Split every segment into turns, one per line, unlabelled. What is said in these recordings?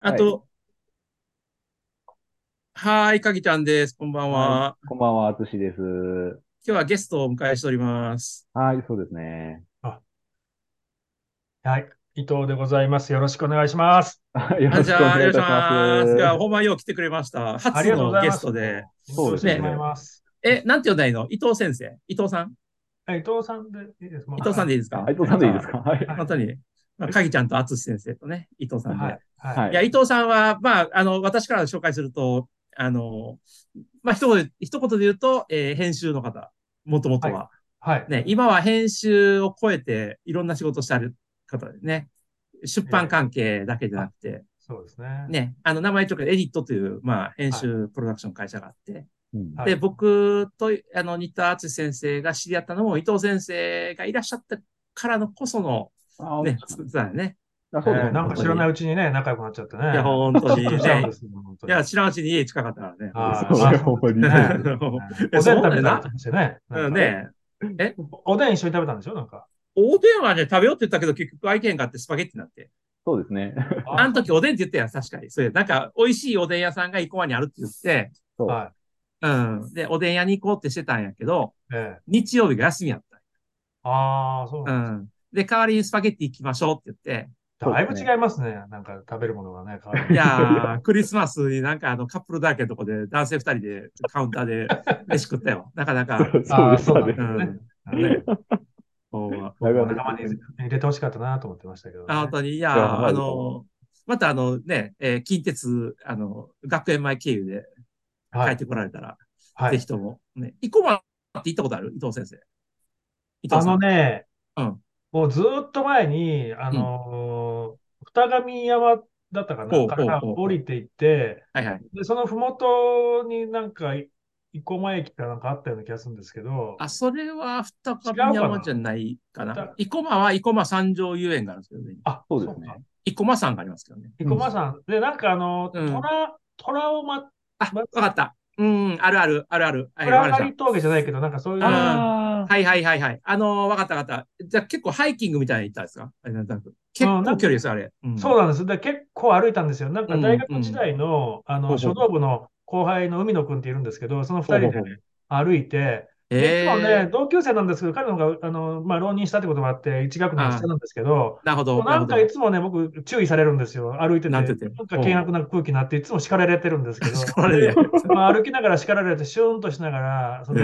あと、はーい、かぎちゃんです。こんばんは。
こんばんは、あつしです。
今日はゲストをお迎えしております。
はい、そうですね。
はい、伊藤でございます。よろしくお願いします。
よ
あ
ろ
じ
しく
ゃ
お
あ、
願いいたし
願
ま
い
す。
しいや、ほんまよう来てくれました。
あ
初
りがとうご
の
ざい
ゲ
ま
ス
す。
トで。
そうですね
緊張してしまいます。
え、なんて呼んだらいいの伊藤先生。伊藤さん
え伊藤さんでいいですか
伊藤さんでいいですか
あ伊藤さんでいいですかはい。
本当に。まあかぎちゃんとあつし先生とね、伊藤さんで。
はい
い、。
はい。
はい。
や、伊藤さんは、まあ、あの、私から紹介すると、あの、まあ、一言で、一言で言うと、えー編集の方、もともとは。
はい。
ね、今は編集を超えていろんな仕事してある方でね、出版関係だけじゃなくて、
そうですね。
ね、あの名前ちょっとエディットという、まあ、編集プロダクション会社があって、
うん
はい
で、僕と、あの、新田敦先生が知り合ったのも、伊藤先生がいらっしゃったからのこその、
あ
ね、作ってたんだよね。
あ
え
そうですね
ーなんか知らないうちにね、仲良くなっちゃってね。
いや、本当に
緊張したん
ね
で。すけど本当
い
に
や、知らんうちに家近かったからね。
あー
そうねほんまにね
あおでん食べたり
な
と。かしてね。
う
なん
ん
か
ね。
おでん一緒に食べたんでしょなんか。
おでんはね、食べようって言ったけど、結局、愛犬買ってスパゲッティになって。
そうですね。
あの時おでんって言ったやん、確かに。それなんか、美味しいおでん屋さんが生駒にあるって言って、
そう。
は
うん。で、おでん屋に行こうってしてたんやけど、
い。ええ。
日曜日が休みやっ
ああ、そう
た。う
なんで
ん。で、代わりにスパゲッティ行きましょうって言って、
すだいぶ違いますね。なんか食べるものがね、変わる
い やー、クリスマスになんかあのカップルだらけのとこで男性二人でカウンター で飯食ったよ。なかなか、
そうでし
そう
た
だ
ね
う。ん。ね
ね。
そう
だいぶ
仲間に入れてほしかったなと思ってましたけどね。
あ本当に、いや
いや
ー、あの、またあのね、えー近鉄、あの、学園前経由で
は
帰っ
い。
てこられたら、
は
ぜ
い
ひ。とも。ね。生駒って行ったことある伊藤先生。伊藤
あ
さん。
のね
うん、
もうずーっと前に、あのー、二神山だったか
ほう
な、から
ほうほう
降りていって、
はいはい。
で、そのふもとになんか、い生駒駅かなんかあったような気がするんですけど、
あ、それは二神
違うか
山
な
じゃないかな。
だ
生駒は生駒三条遊園があるんですけどね。
あ、
そうです
か
ね。
生駒山がありますけどね。
生駒さん、で、なんかあの、
うん
虎、虎をま、
あ、
ま
わかった。うん、あるある、あるある。はい、
虎
わかり
狩
まし
り峠じゃないけど、なんかそういう、
あー
あ
た。はいはいはいはい。あのー、わかったわかった。じゃあ結構ハイキングみたいに行ったんですかあれなんとなく結構
うんなんか
距離ですよ、あれ。うん
そうなんです。で、結構歩いたんですよ。なんか大学時代の、あ
ほ
の、
うほう
書道部の後輩の海野くんっているんですけど、その二人で
ほうほ
歩いて、
え
もね
え、
同級生なんですけど、彼の方が、あの、まあ、浪人したってこともあって、一学年下なんですけど、
なるほど。
もう
な
な
るほ
ん
ど
か。いつもね、僕、注意されるんですよ。歩いてて、
な
なんん
て
か
言って
険悪な空気になって、いつも叱られてるんですけど、
叱られるやつ
まあ、歩きながら叱られて、シューンとしながら、その、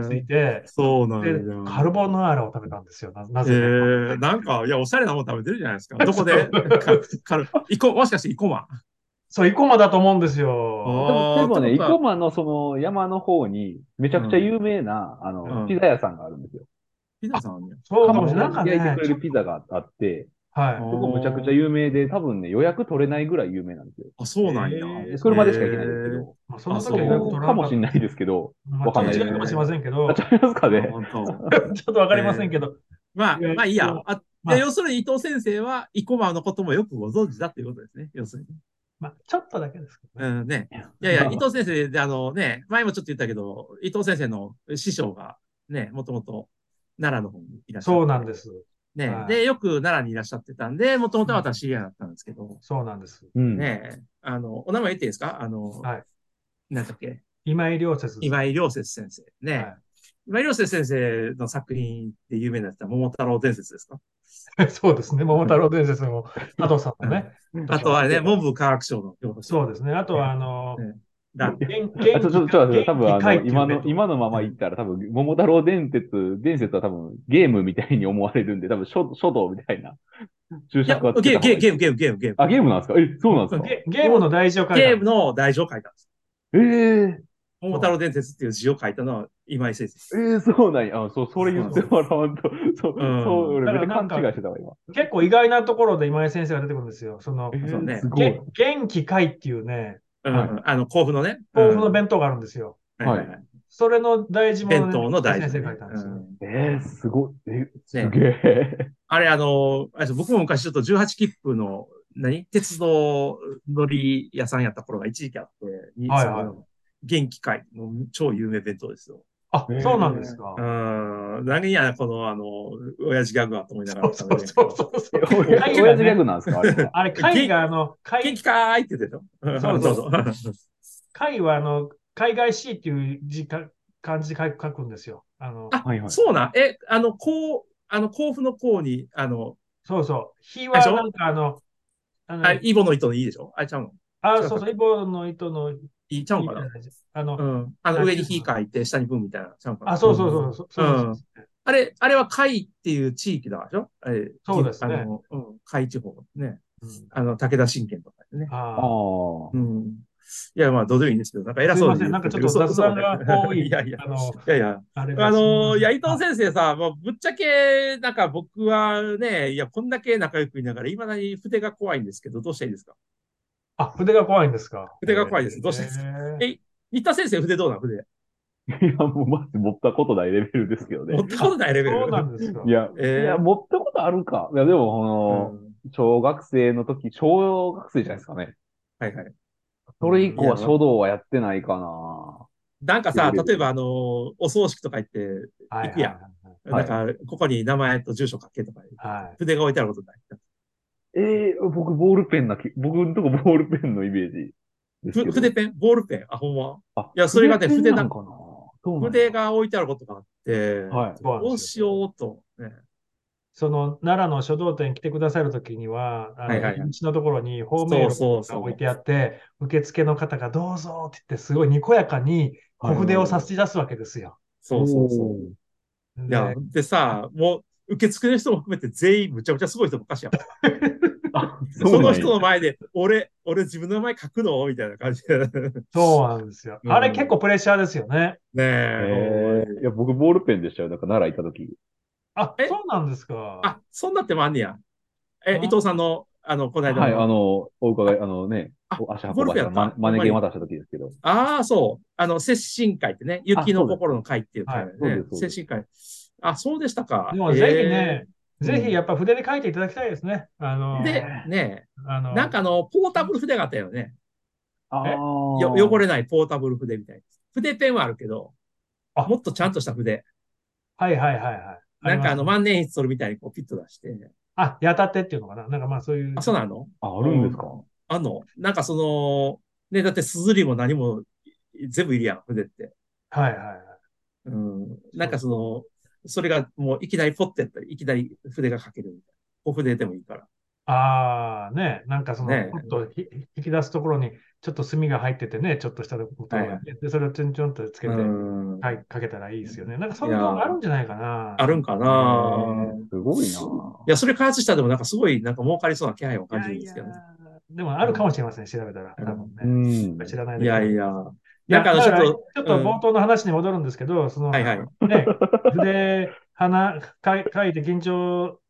について、
そうなん
で、
だ。
カルボナーラを食べたんですよ。な、な
え
ぜか。
えなんか、いや、おしゃれなもの食べてるじゃないです か。どこで、か、か、いこ、もしかして生駒
そう、生駒だと思うんです
あ。
よ。
で
あー
もでも
そ
ね、
うか
生駒のその山の方に、めちゃくちゃ有名な、あ
うん
の、ピザ屋さんがあるんですよ。
ピザさんはね。
そうかもしれない。なんか
焼いて
ね
くれ、るピザがあって、
はい。
そこむちゃくちゃ有名で、多分ね、予約取れないぐらい有名なんですよ。
あ、そうなんや。
えー
車でしか行けないんですけ
へー
ど、
まあ、その
あ
時は
そう
予約取
か
らなか
も
っ
しれないですけど、
た。まあ
わかんない
ちょっと違うかもしれませんけど、
あ、ち
ち
ゃいますかね。
あ本 当
ょっとわかりませんけど、
まあ、
いや
まあいいや。あ、
まあ
で要するに伊藤先生は、生駒のこともよくご存知だっていうことですね。要するに。
まあ、ちょっとだけですけどね。
うんね。いやいや、
まあ
伊藤先生で、あのね、前もちょっと言ったけど、伊藤先生の師匠が、ね、もともと奈良の方にいらっしゃって。
そうなんです。
ね、
はい
で、よく奈良にいらっしゃってたんで、もともとは私知り合いだったんですけど、
そうなんです。
うん。
ねえ、あの、お名前言っていいですかあの、
はい
なんだっけ、
今井良節。
今井良節先生。ね、
はい
今井良節先生の作品で有名なやつは桃太郎伝説ですか
そうですね。桃太郎伝説も、加藤さんのね。
あとはね、文部科学省の教科書
そうですね。あとは、あの
ね、だ
元元
あちょ、ちょ、ちょ、ちょ、多分あ
元気かい
の、
っていうね
今の、今のまま言ったら多分、桃太郎伝説、伝説は多分、ゲームみたいに思われるんで、多分、書、書道みたいな、注
いや、
釈はつ
ゲ
け
ー
た
ム、ゲ
方がい
ーム、
い
ゲーム、ゲーム、ゲーム、ゲーム。
あ、ゲームなんですかえ、そうなんですか
ゲゲームの大事を書い
ゲー
た
ム。の題字を書いたんです。
えー、
桃太郎伝説っていう字を書いたのは今井先生です。
えー、そうなんや。あ、そう、それ言ってもらわんと、そう、
うん
そう、俺めっちゃ勘違いしてたわ、
結構意外なところで今井先生が出てくるんですよ。その、
今。
そうね
えーすごい
げ。元気かいっていうね、
うん、
はい
あの、甲府のね。
豆腐の
弁
弁当があるんですよ。
当。はいはいはい
それの大事もね
弁当の題
今井
字、
先生が書いたんですよ。
うん
えー、すごい。え、す
ね
げえ。
あれ、あの、あれです僕も昔ちょっと18切符の、何鉄道乗り屋さんやった頃が一時期あって、に
はいはい
その元気会、もう超有名弁当ですよ。
あ
え、ー
そうなんですか
う。ん。何や、この、あの、親父ギャグはと思いなが
そ
ら
うそうそうそうそう。
おや
会議
親
が
父ギャ
ね、
グなんですかあれは。
あれ、会があの、
元
会
気かーいって言ってたよ。
そうそうそ
どうぞ。
会はあの、海外 C っていう字か漢字で書く書くんですよ。あの、
あ
はいはい。
そうなん。え、あの、こう、あの、甲府の甲に、あの、
そうそう。日
あ
は
でしょ
なんかあの、あの
あイボの糸のいいでしょあれちゃうの
あ、そうそう、イボの糸の、
いいちゃうのかな
あの、
うん。あの、上に火書いて、下に文みたいな。ちゃうかな
あ、そうそうそうそう。そうそうそう
あれ、あれは海っていう地域だからでしょあれ
そうですね
あの、うん、海地方ね。
うん
あの、武田信玄とかでね。
あ
あ
あ。
うん。いや、まあ、どうでもいいんですけど、なんか偉そうに言
すいませんなんかちょっと
嘘
雑談が
嘘だね
多い
い やいや
あ。の、
いやいや。
あれ
あのー、いや、伊
あ
藤先生さ、もうぶっちゃけ、なんか僕はね、いや、こんだけ仲良くいながら、いまだに筆が怖いんですけど、どうしたらいいですか
あ、筆が怖いんですか。
筆が怖いですどうしてです
か
え新田先生、筆どうなん筆。
いや、もうマジ持ったことないレベルですけどね
持。ったことないレベル。
そうなんですか。
いや、
えー
いや、持ったことあるか。いや、でも、この、
うん
小学生の時、小学生じゃないですかね。
はいはい。
それ以降は
うん
書道はやってないかな。
なんかさ、例えば、あのー、お葬式とか行って、
はい
いや。
は
ないんか、ここに名前と住所書けとか、
はい。
筆が置いてあることない。
ええ僕、ボールペンなき、僕のとこボールペンのイメージですけ
ふ
ど。
筆ペンボールペンあ、ほんま。
あ
いやそれがね
ペン
筆な
なんんかな。そうなんだ
筆。が置いてあることがあって、
はい。
そうなん
どう
です
し
よ
ようと。ね
その奈良の書道展来てくださるときには、あの
はいはいはい
入り口のところに芳
そ
名
うそう
録
そう
が置いてあって、受付の方がどうぞって言って、すごいにこやかに小筆を差し出すわけですよ。
そうそうそう。い
で
や、でさ、もう、受付の人も含めて全員むちゃむちゃすごい人ばっかしやん。
あ、
そ
そ
う
なん
の
や
人の前で、俺、俺自分の名前書くのみたいな感じで。ね
そうなんですよ。
うん
あれ結構プレッシャーですよね。
え。
ええいや、僕、ボールペンでしたよ。なんか、奈良行った時。
あ、
え
そうなんですか。
あ、そんなってもあんねや。え、
うん
伊藤さんの、あの、この間の。
はい、あの、お伺い、あのね、
あ
お足
ボ
運
ール
ば
ペンや
した、
った
ま、マネゲン渡した時ですけど。
ああ、そう。あの、接心会ってね、雪の心の会っていう会
あ
ね
そう
で。すはいそうですそう
接
です
心会。あ、そうでしたか。
でもぜひね、
えー
ぜひやっぱ筆で書いていただきたいですね。あ
え
の、
ー。で、ね、
あの、
なんかあの、ポータブル筆があったよね。
あ
え
ー
よ汚れないポータブル筆みたいな。筆ペンはあるけど、
あ
もっとちゃんとした筆。
はいはいはいはい。
なんかあの
ります
万年筆取るみたいにこうピッと出して。
あ、やたってっていうのかな。なんかまあそういう。
あ、そうなの
あ、あるんですか。
あんのなんかその、ね、だってすずりも何も全部いるやん、筆って。
はいはいはい。
うん。なんかその、それがもういきなりポッてやったり、いきなり筆が書けるみたいな。お筆でもいいから。
ああ、ね、なんかその、
ね
ちょっとひ引き出すところに、ちょっと墨が入っててね、ちょっとしたところ
はい
が
は
で、それをちょんちょんとつけて、
うん。
はい、かけたらいいですよね。なんかそういうのがあるんじゃないかな。
あるんかな
えーすごいな。
いや、それ開発したらでもなんかすごいなんか儲かりそうな気配を
い
感
や
じるん
い
ですけ
や
どね。
でもあるかもしれません、調べたら。多分
う
ね。
ん。
知らない
い
だ
や
け
いや。
いや
なんかあの
だから
ちょっと
ちょっと
うん
冒頭の話に戻るんですけど、その、
はいはい。
ね、筆、鼻、かい書いて緊張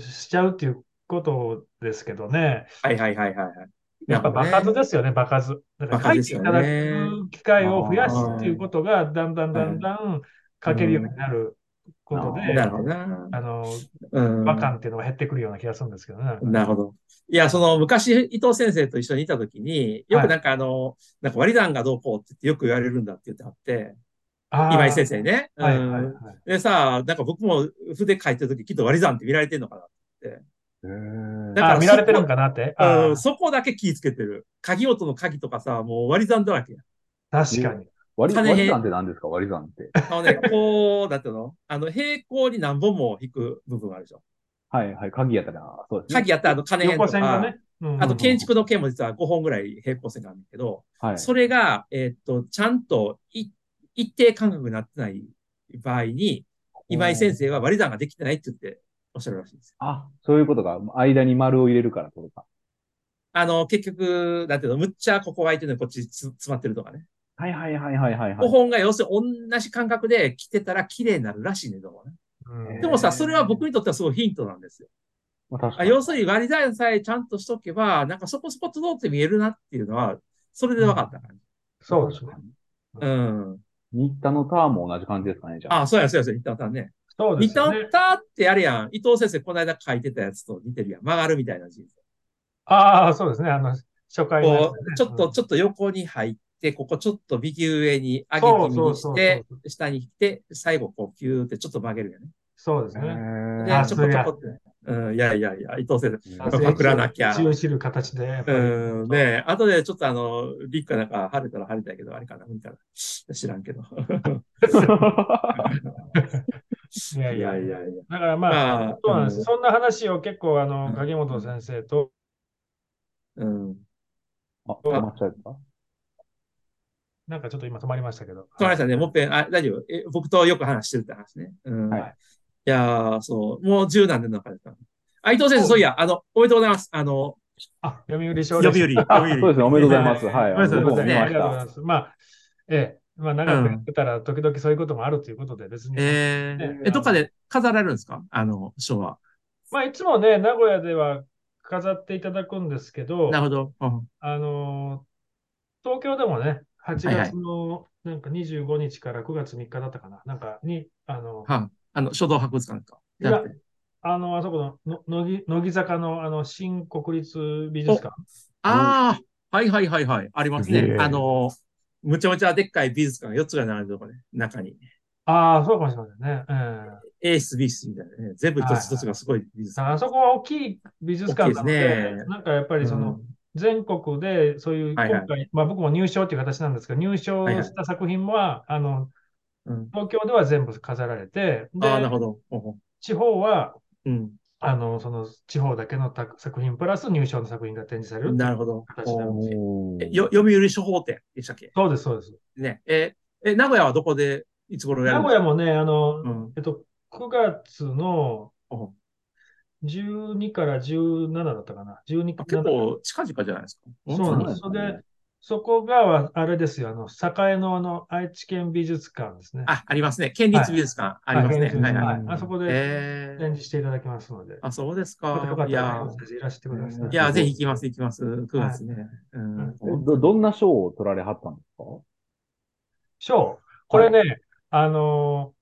しちゃうっていうことですけどね、
はいはいはいはいはい。
やっぱ
な
場
んかね
数ですよね、場数。だ
場
から
数
書い
で
て
す
い
よ
ただ
ね
く機会を増やすっていうことが、だんだんだんだん書けるようになること
うん
な
で
る、ほどな。
あの、
うん。
和感っていうのが減ってくるような気がするんですけどね。
なるほど。いや、その昔、伊藤先生と一緒にいたときに、よくなんかあの、なんか割り算がどうこうって言ってよく言われるんだって言ってあって、
ああ、
今井先生にね。
はい
うん
はいはい。
でさ、なんか僕も筆書いてるとききっと割り算って見られてんのか
え
だ
ー
から
あ、見られてるんかなって。
な。
あ
う
あ
ん、、そこだけ気ぃつけてる。鍵音の鍵とかさ、もう割り算だらけ や。
確かに。
割り
金
割り算って何ですか割り算って。
あのね、こう、だっていうのあの、平行に何本も引く部分あるでしょ。
はいはい。鍵やったら、そうですね。
鍵やったらあの金編
横
と
線が
か、
ね。うん
あと建築の件も実は5本ぐらい平行線があるんだけど、
はい。
それが、えーっと、ちゃんとい一定間隔になってない場合に、今井先生は割り算ができてないって言っておっしゃるらしいです。
あ、そういうことか。間に丸を入れるからってことか。
あの、結局、なんていうの、むっちゃここ空いてるのにこっちつ詰まってるとかね。
はいはいはいはいはい、
5
はい。
本が要するに同じ感覚で来てたら綺麗になるらしいね、どうもね。
うん
でもさ、それは僕にとってはすごいヒントなんですよ。
まあ、確か
あ
に。
要するに割り算さえちゃんとしとけば、なんかそこそこ通って見えるなっていうのは、それで分かった感じ。
そうですね。
うん。
新田のターンも同じ感じですかね、じゃあ。
あそうや、そうや、そうや、三田さんね。
そうで
似
すよ
た
ね。
ったってあれやん。伊藤先生、この間書いてたやつと似てるやん。曲がるみたいな字。
ああ、そうですね。あの、初回のやつ
こ
ね
う、ちょっと、ちょっと横に入って、ここちょっと右上に上げ
そう
気味
そう
にし
そう
て、下に来て、最後こうキューってちょっと曲げるよね。
そうです
え
ね。
で
あ
ちょ
そ
こ
れ
ち
が
ょこってね。うん、いやいやいや、伊藤先
ー
あ
生、パクらなきゃ。
一応知る形で、やっぱり
うん、ねえ、あとでちょっとあの、ビッグかなんか晴れたら晴れたけど、あれかな、無理かな。知らんけど。
いやいや。
いや。
だからまあ、
まあ、
そうなんです。
うん
そんな話を結構、あ
う
の、
ん
影本先生と、
うん。
あ、止まっちゃった
なんかちょっと今止まりましたけど。
そうなんですよね。もっぺん、あ、大丈夫。え、僕とよく話してるって話ね。うん。
はい
い。やー、そう。もう十何年の中で。あ、伊藤先生、そういや、あの、おめでとうございます。あの、
あ、読売賞
読売、
です。
読
あ
売。
そうですね、おめでとうございます。はい。
ごめんなさい、
僕も
ごめん
見
な
ね
ま
さいあり
し
がとうござい
た。
ます。まあ、ええ、まあ、長くやってたら、時々そういうこともあるということで、別に。
えー
ね
え、どっかで飾られるんですかあの、賞は。
まあ、いつもね、名古屋では飾っていただくんですけど、
なるほど。うん
あのー東京でもね、8
はいはい
月のなんか25日から9月3日だったかな、なんかに、あの、
はあの、書道博物館か。じゃなくて
あの、あそこのの乃木乃木坂のあの新国立美術館、
ああ、はいはいはいはい。あります
すげ
ね。
え
あの、むちゃむちゃでっかい美術館が4つが並んでるとこね。中に。
ああ、そうかもしれませんね。うん、
A 室、B 室みたいなね。全部一つ一つがすごい美術館。
あそこは大きい美術館なの
大きいですね
なんかやっぱりその、
うん
全国でそういう、今
はい
回、
はい
まあ僕も入賞っていう形なんですけど、入賞した作品は、あの、
うん
東京では全部飾られて、で
ああ、なるほど。ほうほ
地方は、
ううん。
あの、その地方だけのた作品プラス入賞の作品が展示されるっていう
なるほど。
形になるんです
お
え
ー
よ読売処方店でしたっけ
そうです、そうです。
ね。え、え、名古屋はどこでいつ頃や
名
るんで
古
すか
屋もね、あの、
うん
えっと、9月の
うん
12から17だったかな。12
あ
か
結構近々じゃないですか。
そうなんです。
そ
そう
なんですね
れで、そこが、あれですよ、あの、栄のあの、愛知県美術館ですね。
あ、ありますね。県立美術館ありますね。
は
は
い
いはい。
はいあそこで
え
展
ー、
示していただきますので、
あ、そうです
またよか
か。
っ
い
たら
や
ね、先生いらしてくださ
うん
い
い。
や、ぜひ行きます、行きます。9月ね。うん。
ど、どんな賞を取られはったんですか
賞、これね、あのー、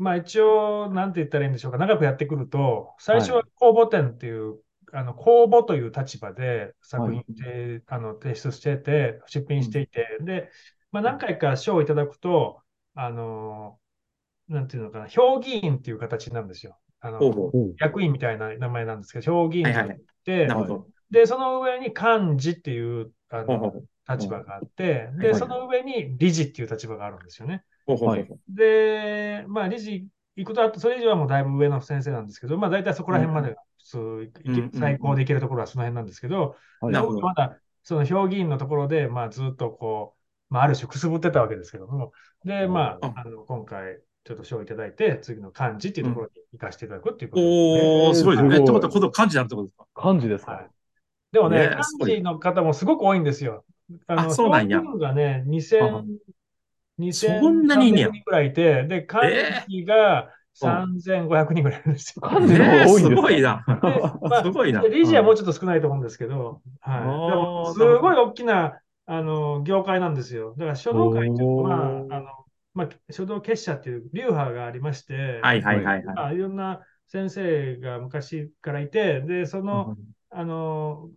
まあ一応、なんて言ったらいいんでしょうか、長くやってくると、最初は公募展っていう、あの、公募という立場で作品で、あの、提出してて、出品していて、で、まあ何回か賞をいただくと、あのー、なんていうのかな、評議員っていう形なんですよ。あの、
ほうほ
役員みたいな名前なんですけど、評議員
はいはいはい
で
う。なるほど。
で、その上に幹事っていう、あ
ほうほ
の、
う
立場があって、
は
で、
い
その上に理事っていう立場があるんですよね。
ほうほうほう
はい
で、まあ、理事行くと、あと、それ以上はもうだいぶ上の先生なんですけど、まあ、大体そこら辺までが普通、
うん
いけ
うん
最高で行けるところはその辺なんですけど、
はい
なるほど
まだ、その評議員のところで、まあ、ずっとこう、まあ、ある種くすぶってたわけですけども、で、ま
あ
あ、あの、今回、ちょっと賞をいただいて、次の幹事っていうところに行かせていただくっていうことですね。
おー、すごいですね。
すごい
えってことは、今度漢字になるってことですか
漢字です
はい
か
でもね
ね、すごい
幹事の方もすごく多いんですよ。あの、
あそうなんや
評議員がね、2000、2000、
そんなにいんねや
3000人ぐらいいて、で、幹事が3500人ぐらいいるんですよ。
幹事の方が多
ね
いんですか
えすごいな。
でまあ
すごいな。
で理事はもうちょっと少ないと思うんですけど、はい。
あ
で
ー
も、すごい大きな、あの、業界なんですよ。だから、書道界っていうのは、
おー
あの、まあ、書道結社っていう流派がありまして、
はいはいはいはい。
まあ、いろんな先生が昔からいて、で、その、あの、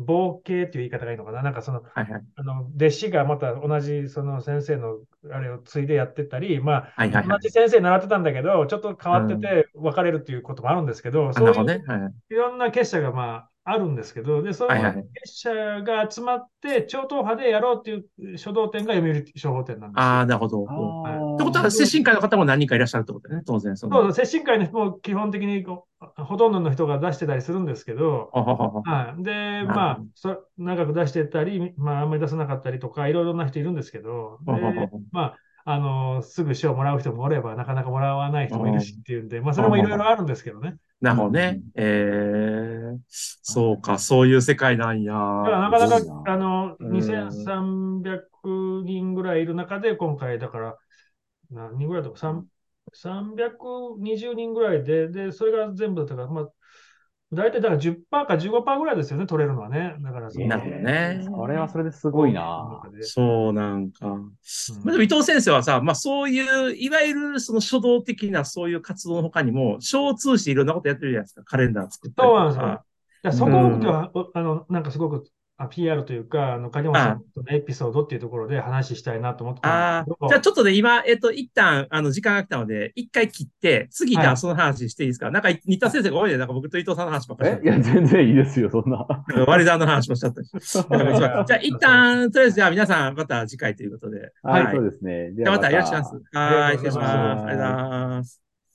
冒険っていう言い方がいいのかな。なんかその、
はいはい。
あの、弟子がまた同じその先生のあれを継いでやってたり、ま
はいは
あ、
いは
同
い。
じ先生習ってたんだけど、ちょっと変わってて別れるっていうこともあるんですけど、
あ
そ
な
うい
る
う
ほどね。はいはい
いろんな結社がまあ、あるんですけど、で、その
はいはいはい
結社が集まって、超党派でやろうっていう書道展が読売書法展なんですよ。
ああ、なるほど。うんってことは、精神科医の方も何人かいらっしゃるってことだね、当然。そ
そう
の
そう、精神科医の人も基本的にこうほとんどの人が出してたりするんですけど、
ほほほほ
はい。で、
ほど
まあ、そ長く出してたり、まあ、あんまり出さなかったりとか、いろいろな人いるんですけど、
ほほほ
で、
ほ
まあ、あの、すぐ賞もらう人もおれば、なかなかもらわない人もいるしっていうんで、まあ、それもいろいろあるんですけどね。
なるほどね。ええ、そうか、そういう世界なんや。
だから、なかな
すごい
か、
な
あの、
うん
2300人ぐらいいる中で、今回、だから、何人ぐらいだったか、3 320人ぐらいで、で、それが全部だったから、まあ、大体だから10%か15%ぐらいですよね、取れるのはね。だからその、
なるほどね
それはそれですごいな
中で
そうなんか。
うん
まあ、でも伊藤先生はさ、まあそういう、いわゆるその書道的なそういう活動の他にも、書を通していろんなことやってるじゃないですか。カレンダー作ったり
そ
と
うなん
か。
ですよ。だからそこを僕は、おあの、なんかすごくあ PR というか、あの、金本さんとのエピソードっていうところで話したいなと思ってた
あ
んですけ
あ、
ど
じゃあちょっとね、今、えっと、一旦、あの、時間が来たので、一回切って、次、じゃ
は
あ
い
その話していいですかなんか、新田先生が多いね。なんか僕と伊藤さんの話ばっかりし
え
て
いや、全然いいですよ、そんな。
た。割り算の話もしちゃったし。だから一番じゃあ一旦、とりあえず、じゃあ皆さん、また次回ということで。
はい、そうですね。
じ
で
ゃあ
は
またよろしくお願いします。はーい、失礼します。あ
あ
り
り
が
が
とう
とう
ござ
ござ
い
います
ます。